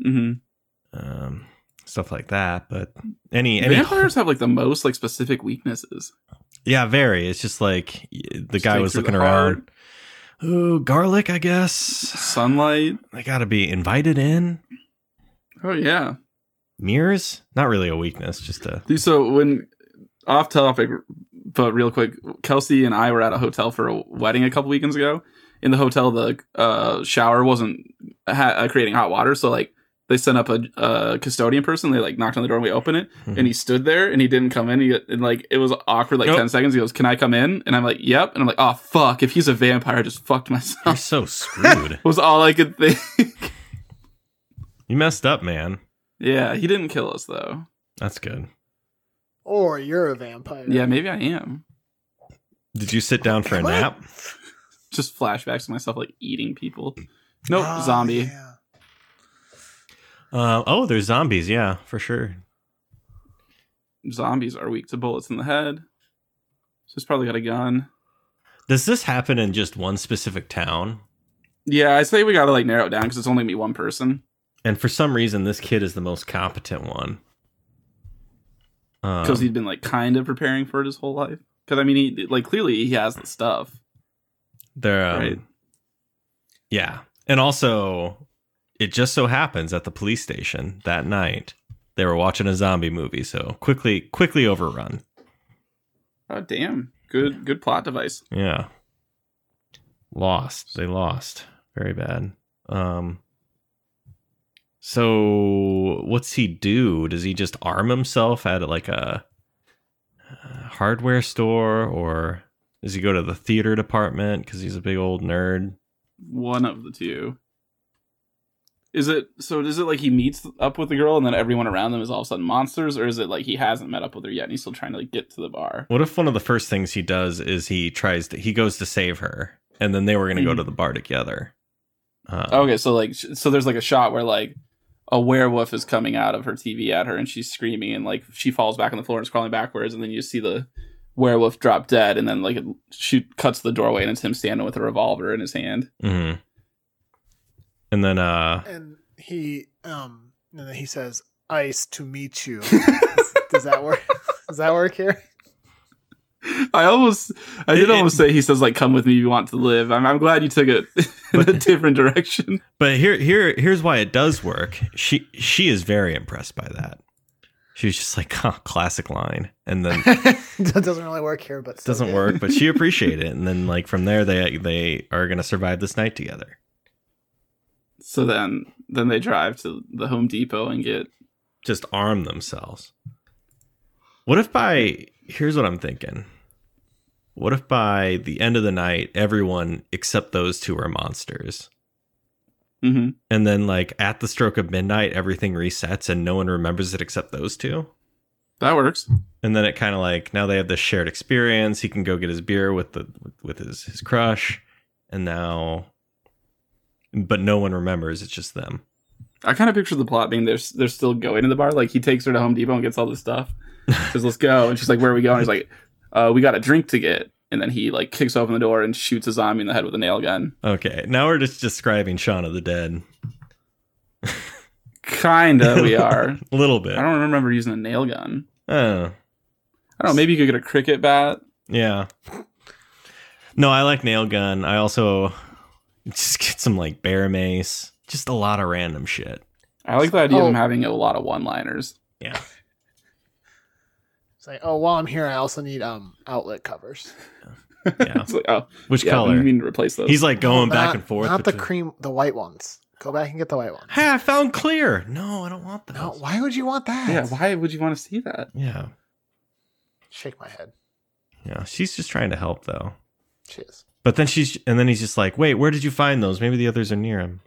Speaker 3: mm-hmm.
Speaker 1: Um stuff like that, but any any
Speaker 3: vampires have like the most like specific weaknesses.
Speaker 1: Yeah, very. It's just like y- the
Speaker 3: Just
Speaker 1: guy
Speaker 3: take
Speaker 1: was
Speaker 3: through the
Speaker 1: looking around. Ooh, garlic, I guess.
Speaker 3: Sunlight.
Speaker 1: I got to be invited in.
Speaker 3: Oh yeah.
Speaker 1: Mirrors? Not really a weakness, just a
Speaker 3: Dude, So when off topic, but real quick, Kelsey and I were at a hotel for a wedding a couple weekends ago. In the hotel, the uh, shower wasn't ha- uh, creating hot water, so like they sent up a, a custodian person. They like knocked on the door and we opened it,
Speaker 1: Mhm.
Speaker 3: and he stood there and he didn't come in. He, and like it was awkward, like
Speaker 1: Nope.
Speaker 3: ten seconds. He goes, "Can I come in?" And I'm like, "Yep." And I'm like, "Oh fuck! If he's a vampire, I just fucked
Speaker 1: You're
Speaker 3: myself."
Speaker 1: so screwed.
Speaker 3: was all I could think.
Speaker 1: you messed up, man.
Speaker 3: yeah, he didn't kill us though.
Speaker 1: That's good.
Speaker 2: or you're a vampire.
Speaker 3: Yeah, maybe I am.
Speaker 1: Did you sit down for a
Speaker 2: What?
Speaker 1: nap?
Speaker 3: Just flashbacks to myself like eating people. Nope,
Speaker 2: Ah,
Speaker 3: zombie.
Speaker 2: yeah.
Speaker 1: Uh, oh, there's zombies. Yeah, for sure.
Speaker 3: zombies are weak to bullets in the head. So he's probably got a gun.
Speaker 1: Does this happen in just one specific town?
Speaker 3: Yeah, I say we gotta like narrow it down because it's only gonna be one person.
Speaker 1: And for some reason, this kid is the most competent one. Um,
Speaker 3: Because he'd been like kind of preparing for it his whole life. Because I mean, he like clearly he has the stuff.
Speaker 1: They're um,
Speaker 3: Right.
Speaker 1: Yeah, and also, it just so happens at the police station that night they were watching a zombie movie, so quickly, quickly overrun.
Speaker 3: Oh damn, good good plot device.
Speaker 1: Yeah, lost. They lost very bad. Um. So what's he do? Does he just arm himself at like a uh, hardware store, or does he go to the theater department because he's a big old nerd?
Speaker 3: One of the two. Is it so? Is it like he meets up with the girl and then everyone around them is all of a sudden monsters, or is it like he hasn't met up with her yet and he's still trying to like get to the bar?
Speaker 1: What if one of the first things he does is he tries to he goes to save her, and then they were going to go
Speaker 3: Mhm.
Speaker 1: to the bar together. Um,
Speaker 3: Oh, Okay, so like, sh- so there's like a shot where like a werewolf is coming out of her TV at her, and she's screaming, and like she falls back on the floor and is crawling backwards, and then you see the werewolf drop dead, and then like it, she cuts the doorway, and it's him standing with a revolver in his hand.
Speaker 1: mhm. And then uh,
Speaker 2: And he um and then he says, "Ice to meet you." Does that work? Does that work here?
Speaker 3: I almost, I
Speaker 1: It-
Speaker 3: did
Speaker 1: it-
Speaker 3: almost say he says like, "Come with me, if you want to live." I'm, I'm glad you took it in a different direction.
Speaker 1: but here here here's why it does work. She she is very impressed by that. She was just like, oh, classic line. And then
Speaker 2: that doesn't really work here, but still
Speaker 1: doesn't
Speaker 2: good.
Speaker 1: work, but she appreciated it. And then like from there they they are gonna survive this night together.
Speaker 3: So then then they drive to the Home Depot and get
Speaker 1: Just arm themselves. What if by here's what I'm thinking. What if by the end of the night everyone except those two are monsters?
Speaker 3: hmm
Speaker 1: And then like at the stroke of midnight everything resets and no one remembers it except those two?
Speaker 3: that works.
Speaker 1: and then it kind of like now they have this shared experience he can go get his beer with the with, with his his crush and now but no one remembers it's just them
Speaker 3: I kind of picture the plot being they're they're still going to the bar. Like he takes her to Home Depot and gets all this stuff. Says let's go, and she's like, "Where are we going?" He's like, uh, "We got a drink to get." And then he like kicks open the door and shoots a zombie in the head with a nail gun.
Speaker 1: okay now we're just describing Shaun of the Dead
Speaker 3: Kinda, we are.
Speaker 1: a little
Speaker 3: I
Speaker 1: bit
Speaker 3: don't remember using a nail gun.
Speaker 1: oh
Speaker 3: I don't know. Maybe you could get a cricket bat.
Speaker 1: yeah no I like nail gun I also just get some like bear mace just a lot of random shit
Speaker 3: I like the idea of
Speaker 2: Oh.
Speaker 3: him having a lot of one-liners.
Speaker 2: It's like, oh, while I'm here, I also need um outlet covers.
Speaker 1: yeah
Speaker 3: It's like, oh,
Speaker 1: which
Speaker 3: yeah,
Speaker 1: color
Speaker 3: You mean to replace those?
Speaker 1: he's like going back
Speaker 2: Not-
Speaker 1: and forth
Speaker 2: Not the
Speaker 1: between-
Speaker 2: cream, the white ones. Go back and get the white ones.
Speaker 1: hey I found clear no I don't want those
Speaker 2: No, why would you want that?
Speaker 3: yeah. Why would you want to see that?
Speaker 1: yeah
Speaker 2: Shake my head.
Speaker 1: Yeah, she's just trying to help though.
Speaker 2: She is.
Speaker 1: But then she's and then he's just like, "Wait, where did you find those? Maybe the others are near him."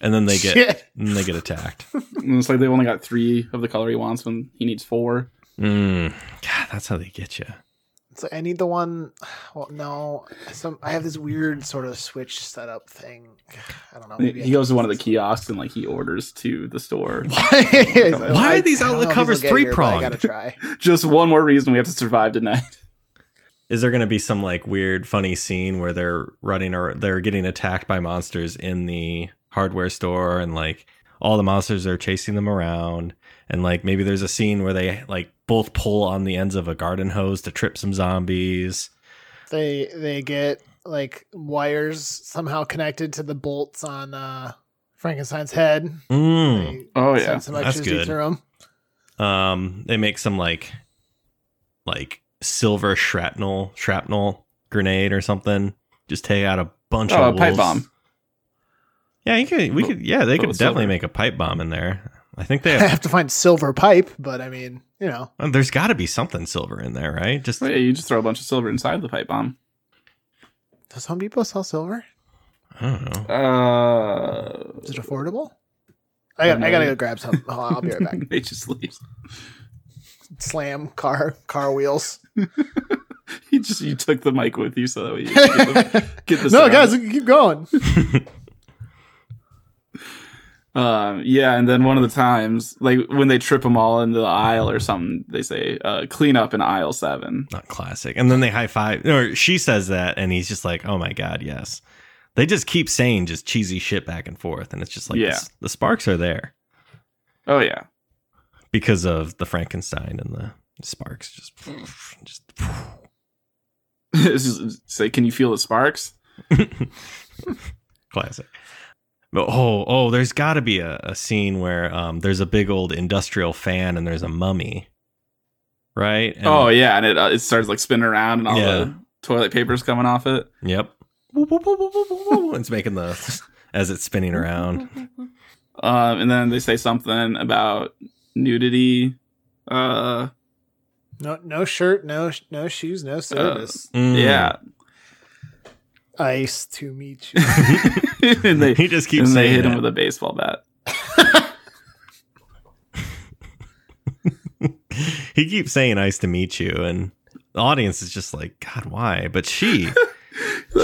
Speaker 1: And then they get
Speaker 2: Shit.
Speaker 1: and they get attacked.
Speaker 3: And it's like they've only got three of the color he wants when he needs four.
Speaker 1: Mm, God, that's how they get you.
Speaker 2: It's like I need the one. Well, no, some I have this weird sort of switch setup thing. I don't know.
Speaker 3: He
Speaker 2: maybe I
Speaker 3: he goes to
Speaker 2: can-
Speaker 3: one of the kiosks and like he orders to the store.
Speaker 2: Why, He's like,
Speaker 1: Why
Speaker 2: I-
Speaker 1: are these
Speaker 2: I don't
Speaker 1: outlet
Speaker 2: know if
Speaker 1: covers
Speaker 2: this'll get here, but
Speaker 1: three-pronged?
Speaker 2: I gotta try.
Speaker 3: Just one more reason we have to survive tonight.
Speaker 1: Is there going to be some like weird, funny scene where they're running or they're getting attacked by monsters in the hardware store, and like all the monsters are chasing them around, and like maybe there's a scene where they like both pull on the ends of a garden hose to trip some zombies.
Speaker 2: They they get like wires somehow connected to the bolts on uh, Frankenstein's head.
Speaker 1: Mm.
Speaker 2: They
Speaker 3: Oh yeah.
Speaker 2: send some
Speaker 1: that's
Speaker 2: electricity
Speaker 1: good.
Speaker 2: through 'em.
Speaker 1: Um, they make some like like silver shrapnel shrapnel grenade or something. Just take out a bunch
Speaker 3: Oh,
Speaker 1: of
Speaker 3: a pipe
Speaker 1: wolves.
Speaker 3: bomb.
Speaker 1: Yeah, you could. We
Speaker 3: But-
Speaker 1: could. Yeah, they
Speaker 3: but
Speaker 1: could
Speaker 3: with
Speaker 1: definitely
Speaker 3: silver.
Speaker 1: make a pipe bomb in there. I think they.
Speaker 2: I
Speaker 1: Have,
Speaker 2: have to find silver pipe, but I mean, you know,
Speaker 1: well, there's got to be something silver in there, right? Just
Speaker 3: Oh, yeah, you just throw a bunch of silver inside the pipe bomb.
Speaker 2: does Home Depot sell silver?
Speaker 1: I don't know.
Speaker 3: Uh,
Speaker 2: Is it affordable? I got I gotta go grab some. Hold on, I'll be right back.
Speaker 3: Nate just leaves.
Speaker 2: Slam car car wheels.
Speaker 3: He just you took the mic with you so that way you could get the, get the
Speaker 2: no,
Speaker 3: sound.
Speaker 2: guys, we can keep going.
Speaker 3: Um, yeah, and then one of the times, like when they trip them all into the aisle or something, they say, uh, "Clean up in aisle seven.
Speaker 1: Not classic. And then they high five, or she says that, and he's just like, "Oh my god, yes." They just keep saying just cheesy shit back and forth, and it's just like
Speaker 3: Yeah.
Speaker 1: the s- the sparks are there.
Speaker 3: Oh yeah,
Speaker 1: because of the Frankenstein and the sparks just just
Speaker 3: It's just, say, can you feel the sparks?
Speaker 1: classic. But oh oh, there's got to be a, a scene where um there's a big old industrial fan and there's a mummy, right? And-
Speaker 3: oh yeah, and it uh, it starts like spinning around and all
Speaker 1: Yeah.
Speaker 3: the toilet papers coming off it.
Speaker 1: yep. Whoop, whoop, whoop, whoop, whoop, whoop, whoop. it's making the as it's spinning around.
Speaker 3: Um, and then they say something about nudity. Uh,
Speaker 2: No, no shirt, no sh- no shoes, no service.
Speaker 1: Mm.
Speaker 3: yeah,
Speaker 2: Ice to meet you.
Speaker 3: and they
Speaker 1: Mm. he just keeps
Speaker 3: and they
Speaker 1: saying
Speaker 3: hit
Speaker 1: that.
Speaker 3: him with a baseball bat.
Speaker 1: he keeps saying nice to meet you and the audience is just like god why but she
Speaker 3: Okay,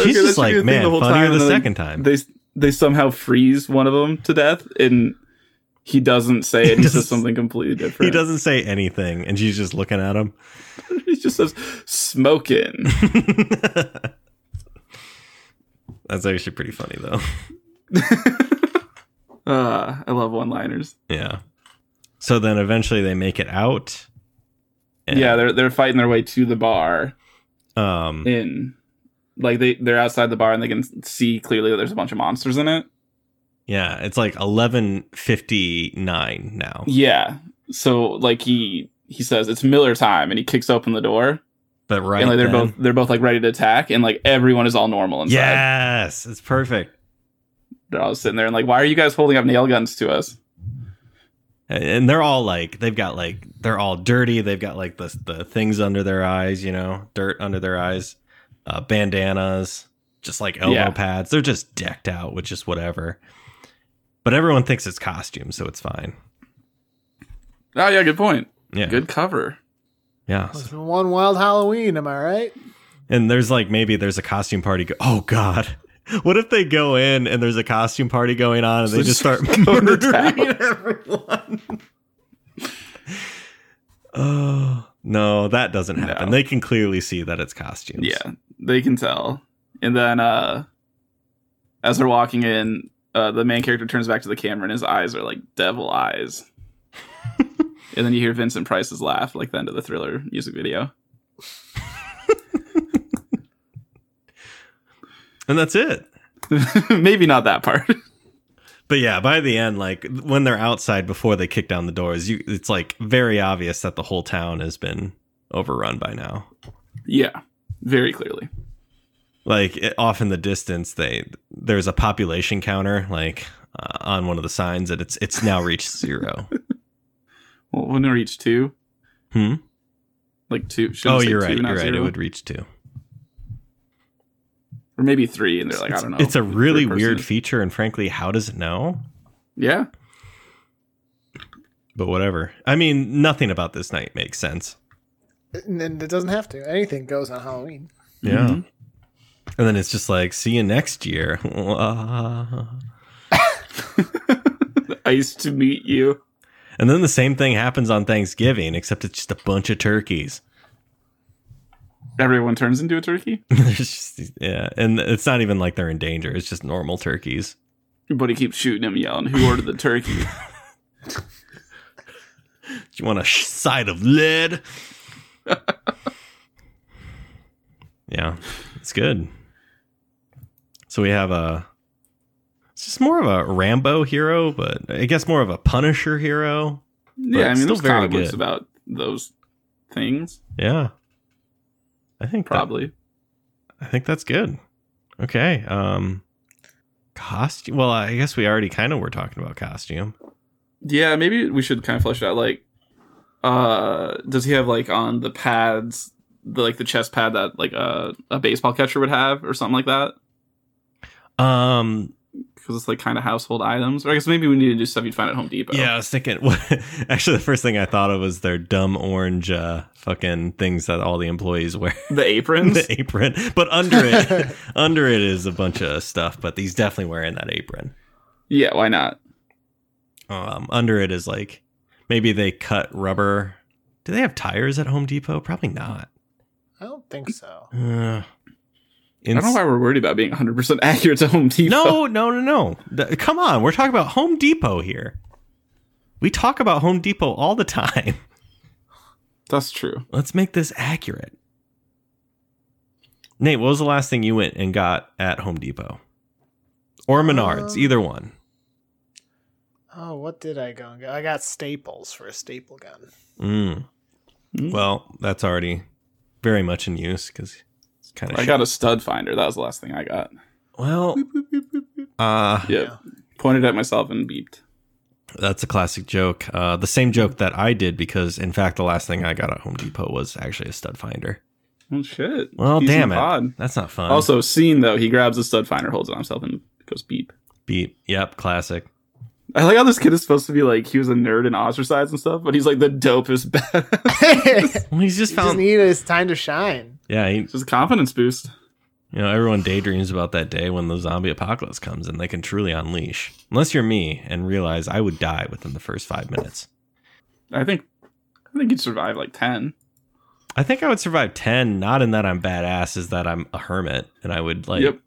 Speaker 1: she's
Speaker 3: that's
Speaker 1: just
Speaker 3: what
Speaker 1: like
Speaker 3: you think
Speaker 1: man
Speaker 3: the whole
Speaker 1: funnier
Speaker 3: time,
Speaker 1: the
Speaker 3: and then
Speaker 1: second time
Speaker 3: They they somehow freeze one of them to death, and he doesn't say
Speaker 1: He
Speaker 3: it. He says
Speaker 1: doesn't-
Speaker 3: something completely
Speaker 1: he
Speaker 3: different.
Speaker 1: doesn't say anything and she's just looking at him
Speaker 3: He just says smoking.
Speaker 1: that's actually pretty funny though
Speaker 3: uh, I love one liners.
Speaker 1: yeah so then eventually they make it out
Speaker 3: Yeah. they're they're fighting their way to the bar
Speaker 1: um
Speaker 3: in. Like they they're outside the bar and they can see clearly that there's a bunch of monsters in it.
Speaker 1: yeah it's like 11.59 now
Speaker 3: Yeah. so like he he says it's Miller time, and he kicks open the door,
Speaker 1: But right.
Speaker 3: and like they're
Speaker 1: then-
Speaker 3: both they're both like ready to attack, and like everyone is all normal inside.
Speaker 1: Yes, it's perfect.
Speaker 3: they're all sitting there and like, why are you guys holding up nail guns to us?
Speaker 1: And they're all like they've got like they're all dirty. They've got like the the things under their eyes, you know, dirt under their eyes, uh, bandanas, just like elbow
Speaker 3: Yeah.
Speaker 1: pads. They're just decked out with just whatever. But everyone thinks it's costumes, so it's fine.
Speaker 3: Oh yeah, good point.
Speaker 1: Yeah,
Speaker 3: Good cover.
Speaker 1: yeah.
Speaker 2: It's been one wild Halloween, am I right?
Speaker 1: And there's like maybe there's a costume party. Go- oh God, what if they go in and there's a costume party going on and
Speaker 3: So
Speaker 1: they just
Speaker 3: just
Speaker 1: start
Speaker 3: go to town.
Speaker 1: murdering everyone? oh no, that doesn't happen.
Speaker 3: No.
Speaker 1: They can clearly see that it's costumes.
Speaker 3: Yeah, they can tell. And then uh as they're walking in, uh the main character turns back to the camera and his eyes are like devil eyes. and then you hear Vincent Price's laugh like the end of the thriller music video.
Speaker 1: and that's it.
Speaker 3: Maybe not that part.
Speaker 1: But yeah, by the end, like when they're outside before they kick down the doors, you it's like very obvious that the whole town has been overrun by now.
Speaker 3: yeah. Very clearly.
Speaker 1: like it, off in the distance they there's a population counter like uh, on one of the signs that it's it's now reached zero
Speaker 3: Well wouldn't it reach two?
Speaker 1: Hmm?
Speaker 3: Like two shouldn't
Speaker 1: oh
Speaker 3: it say
Speaker 1: you're
Speaker 3: two,
Speaker 1: right
Speaker 3: not
Speaker 1: you're right it
Speaker 3: zero?
Speaker 1: would reach two
Speaker 3: Or maybe three and they're like,
Speaker 1: it's,
Speaker 3: I don't know.
Speaker 1: it's a
Speaker 3: Third
Speaker 1: really
Speaker 3: person
Speaker 1: weird
Speaker 3: is-
Speaker 1: feature and frankly how does it know
Speaker 3: Yeah.
Speaker 1: but whatever i mean nothing about this night makes sense
Speaker 2: And and it doesn't have to. Anything goes on Halloween.
Speaker 1: Yeah. and then it's just like see you next year and
Speaker 3: Nice to meet you.
Speaker 1: then the same thing happens on thanksgiving except it's just a bunch of turkeys
Speaker 3: Everyone turns into a turkey.
Speaker 1: There's just- yeah and it's not even like they're in danger it's just normal turkeys
Speaker 3: Everybody keeps shooting him, yelling, "Who ordered the turkey?"
Speaker 1: Do you want a sh- side of lead? yeah, it's good. So we have a. It's just more of a Rambo hero, but I guess more of a Punisher hero.
Speaker 3: yeah, I mean,
Speaker 1: still
Speaker 3: there's
Speaker 1: very
Speaker 3: comic books
Speaker 1: good.
Speaker 3: about those things,
Speaker 1: Yeah, I think that-
Speaker 3: probably.
Speaker 1: I think that's good. Okay. Um, costume. Well, I guess we already kind of were talking about costume.
Speaker 3: Yeah, maybe we should kind of flesh it out. Like, uh, does he have like on the pads, the, like the chest pad that like uh, a baseball catcher would have, or something like that?
Speaker 1: Um,
Speaker 3: Because it's like kind of household items. Or I guess maybe we need to do stuff you'd find at Home Depot.
Speaker 1: Yeah, I was thinking. actually, the first thing I thought of was their dumb orange uh, fucking things that all the employees wear,
Speaker 3: the aprons.
Speaker 1: the apron. But under it, under it is a bunch of stuff. But he's definitely wearing that apron.
Speaker 3: yeah, why not?
Speaker 1: Um, under it is like maybe they cut rubber. Do they have tires at Home Depot? Probably not.
Speaker 2: I don't think so.
Speaker 1: Uh,
Speaker 3: I don't know why we're worried about being 100 percent accurate to Home Depot.
Speaker 1: No, no, no, no. Th- come on, we're talking about Home Depot here. We talk about Home Depot all the time.
Speaker 3: that's true.
Speaker 1: Let's make this accurate. Nate, what was the last thing you went and got at Home Depot? Or Menards,
Speaker 2: Um,
Speaker 1: either one.
Speaker 2: Oh, what did I go and get? I got staples for a staple gun.
Speaker 1: Mm.
Speaker 3: Mm.
Speaker 1: Well, that's already very much in use because it's kind of.
Speaker 3: I got a stud finder. That was the last thing I got.
Speaker 1: well,
Speaker 2: Boop, boop, boop, boop, boop.
Speaker 1: uh,
Speaker 3: Yep.
Speaker 2: Yeah.
Speaker 3: Pointed at myself and beeped.
Speaker 1: that's a classic joke. Uh, the same joke that I did because, in fact, the last thing I got at Home Depot was actually a stud finder.
Speaker 3: Well, Oh, shit.
Speaker 1: Well,
Speaker 3: Decent
Speaker 1: damn it.
Speaker 3: pod.
Speaker 1: That's not fun.
Speaker 3: Also, seen though, he grabs a stud finder, holds it on himself, and goes beep.
Speaker 1: beat. Yep, classic.
Speaker 3: I like how this kid is supposed to be like he was a nerd and ostracized and stuff, but he's like the dopest badass.
Speaker 2: he
Speaker 1: Well, he's just
Speaker 2: just
Speaker 1: found.
Speaker 2: needed his time to shine.
Speaker 1: yeah, he,
Speaker 3: Just a confidence boost.
Speaker 1: You know, everyone daydreams about that day when the zombie apocalypse comes and they can truly unleash. Unless you're me and realize I would die within the first five minutes.
Speaker 3: I think. I think he'd survive like ten.
Speaker 1: I think I would survive 10, not in that I'm badass, is that I'm a hermit and I would like
Speaker 3: Yep.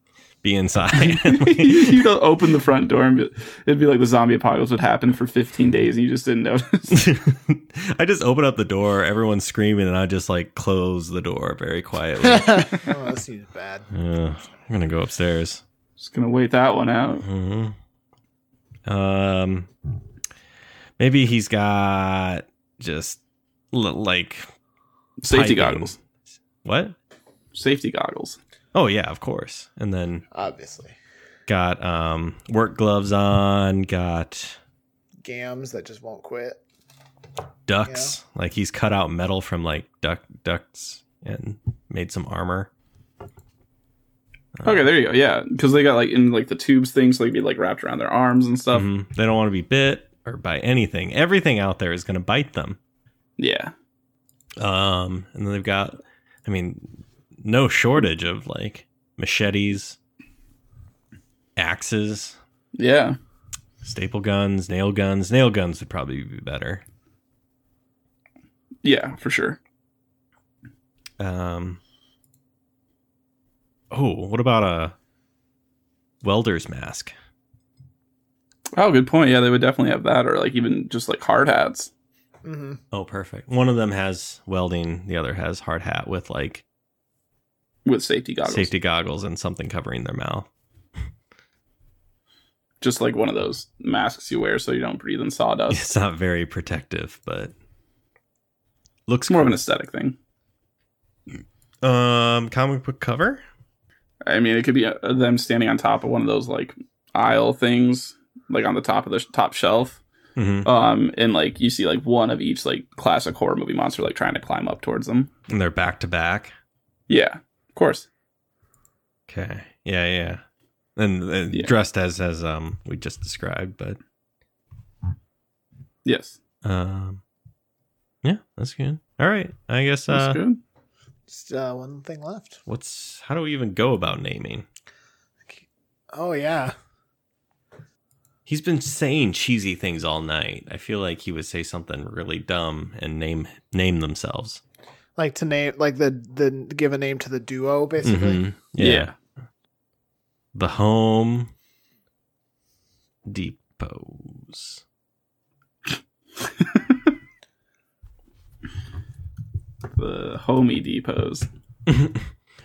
Speaker 1: be inside.
Speaker 3: You'd open the front door and be, it'd be like the zombie apocalypse would happen for 15 days and you just didn't notice.
Speaker 1: I just open up the door, everyone's screaming, and I just like close the door very quietly.
Speaker 2: oh, that seems bad.
Speaker 1: Ugh, I'm going to go upstairs.
Speaker 3: just gonna wait that one out.
Speaker 1: Mm-hmm. hmm Um, maybe he's got just l- like
Speaker 3: Safety
Speaker 1: piping.
Speaker 3: goggles.
Speaker 1: What?
Speaker 3: Safety goggles.
Speaker 1: Oh yeah, of course. And then
Speaker 2: Obviously,
Speaker 1: got um work gloves on, got
Speaker 2: gams that just won't quit.
Speaker 1: ducks. Like he's cut out metal from like duck ducks and made some armor. Uh,
Speaker 3: Okay, there you go. Yeah, because they got like in like the tubes thing, so they'd be like wrapped around their arms and stuff.
Speaker 1: mhm. They don't want to be bit or by anything. Everything out there is going to bite them.
Speaker 3: Yeah,
Speaker 1: Um, and then they've got, I mean, no shortage of like machetes, axes,
Speaker 3: yeah.
Speaker 1: staple guns, nail guns. Nail guns would probably be better.
Speaker 3: Yeah, for sure.
Speaker 1: Um, oh, what about a welder's mask?
Speaker 3: Oh, good point. Yeah, they would definitely have that, or like even just like hard hats.
Speaker 2: Mm-hmm.
Speaker 1: Oh, perfect. One of them has welding, the other has hard hat with like
Speaker 3: with safety goggles.
Speaker 1: safety goggles and something covering their mouth.
Speaker 3: Just like one of those masks you wear so you don't breathe in sawdust.
Speaker 1: It's not very protective, but looks
Speaker 3: It's more of an
Speaker 1: cool.
Speaker 3: aesthetic thing.
Speaker 1: um comic book cover.
Speaker 3: I mean, it could be uh, them standing on top of one of those like aisle things, like on the top of the sh- top shelf.
Speaker 1: hmm
Speaker 3: Um, and like you see like one of each like classic horror movie monster like trying to climb up towards them.
Speaker 1: And they're back to back.
Speaker 3: Yeah, of course.
Speaker 1: Okay. Yeah, yeah. And uh,
Speaker 3: Yeah.
Speaker 1: dressed as as um we just described, but
Speaker 3: Yes,
Speaker 1: um yeah, that's good. All right. I guess uh
Speaker 3: that's good.
Speaker 2: Just uh, one thing left.
Speaker 1: what's how do we even go about naming?
Speaker 2: Oh yeah,
Speaker 1: He's been saying cheesy things all night. I feel like he would say something really dumb and name name themselves.
Speaker 2: like to name like the the give a name to the duo basically.
Speaker 1: Mhm. The Home Depots.
Speaker 3: The homie depots.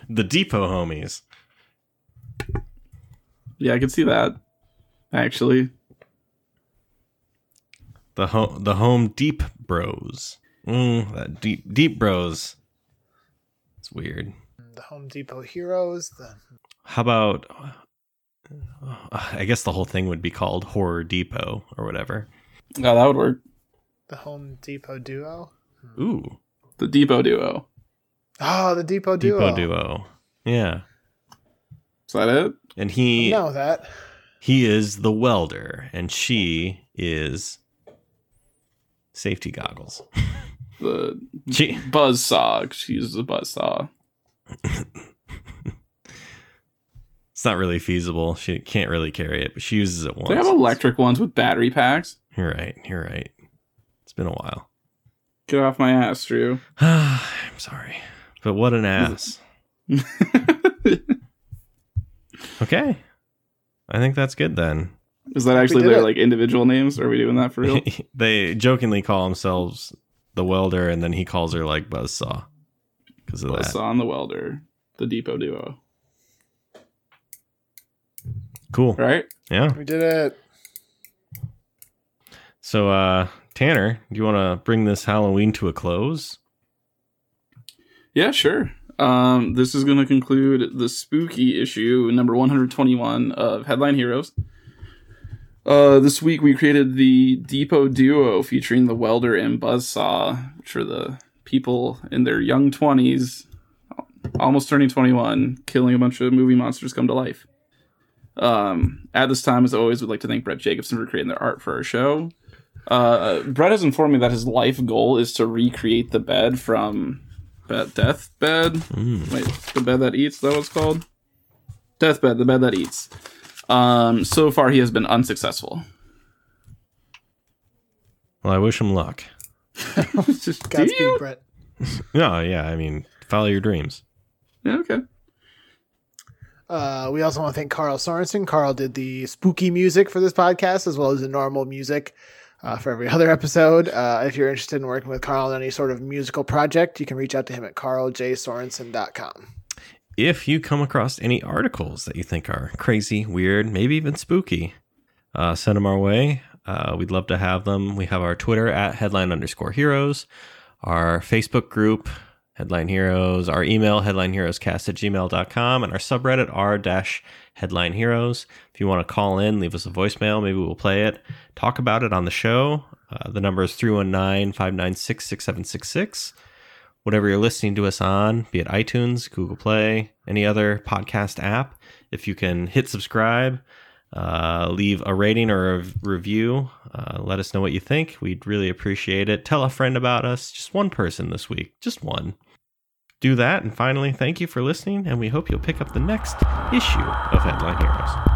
Speaker 1: the Depot Homies.
Speaker 3: Yeah, I could see that. Actually,
Speaker 1: The home the Home Deep Bros. Mm, that deep deep bros. It's weird.
Speaker 2: The Home Depot heroes. The
Speaker 1: How about uh, I guess the whole thing would be called Horror Depot or whatever.
Speaker 3: oh, that would work.
Speaker 2: the Home Depot duo.
Speaker 1: Ooh.
Speaker 3: The depot duo.
Speaker 2: Oh, the Depot duo.
Speaker 1: Depot Duo. Yeah.
Speaker 3: Is that it?
Speaker 1: And he
Speaker 2: No, that
Speaker 1: he is the welder and she is safety goggles.
Speaker 3: The
Speaker 1: She
Speaker 3: buzz saw. She uses a buzz saw.
Speaker 1: It's not really feasible. She can't really carry it, but she uses it once.
Speaker 3: They have electric ones with battery packs.
Speaker 1: You're right. You're right. It's been a while.
Speaker 3: Get off my ass, Drew.
Speaker 1: I'm sorry, but what an ass. Okay, I think that's good then.
Speaker 3: Is that actually
Speaker 2: did
Speaker 3: their
Speaker 2: it.
Speaker 3: like individual names? Are we doing that for real?
Speaker 1: they jokingly call themselves the welder, and then he calls her like buzzsaw because of
Speaker 3: Well,
Speaker 1: that.
Speaker 3: Saw and the Welder, the Depot Duo.
Speaker 1: Cool.
Speaker 3: Right?
Speaker 1: Yeah.
Speaker 2: we did it.
Speaker 1: So, uh, Tanner, do you want to bring this Halloween to a close?
Speaker 3: Yeah, sure. Um, this is going to conclude the spooky issue number 121 of Headline Heroes. Uh, this week we created the Depot Duo featuring the welder and buzzsaw, which are the people in their young 20s, almost turning 21, killing a bunch of movie monsters come to life. Um, at this time, as always, we'd like to thank Brett Jacobson for creating their art for our show. Uh, Brett has informed me that his life goal is to recreate the bed from Bed- Deathbed.
Speaker 1: Mm.
Speaker 3: Wait, the bed that eats, that was called? Deathbed, the bed that eats. Um, so far he has been unsuccessful.
Speaker 1: Well, I wish him luck.
Speaker 3: Do
Speaker 2: Godspeed,
Speaker 3: you?
Speaker 2: Brett.
Speaker 1: No, yeah, I mean, follow your dreams.
Speaker 3: Yeah, okay.
Speaker 2: Uh, we also want to thank Carl Sorensen. Carl did the spooky music for this podcast as well as the normal music uh, for every other episode. Uh, if you're interested in working with Carl on any sort of musical project, you can reach out to him at carljsorensen.com.
Speaker 1: if you come across any articles that you think are crazy, weird, maybe even spooky, uh, send them our way. Uh, we'd love to have them. We have our Twitter at headline underscore heroes, our Facebook group, headline heroes, our email, headlineheroescast at gmail.com, and our subreddit, r dash headline heroes. If you want to call in, leave us a voicemail. Maybe we'll play it, talk about it on the show. Uh, the number is 319 596 6766 whatever you're listening to us on, be it iTunes, Google Play, any other podcast app. If you can hit subscribe, uh, leave a rating or a rev- review, uh, let us know what you think. We'd really appreciate it. Tell a friend about us, just one person this week, just one. Do that. And finally, thank you for listening, and we hope you'll pick up the next issue of Headline Heroes.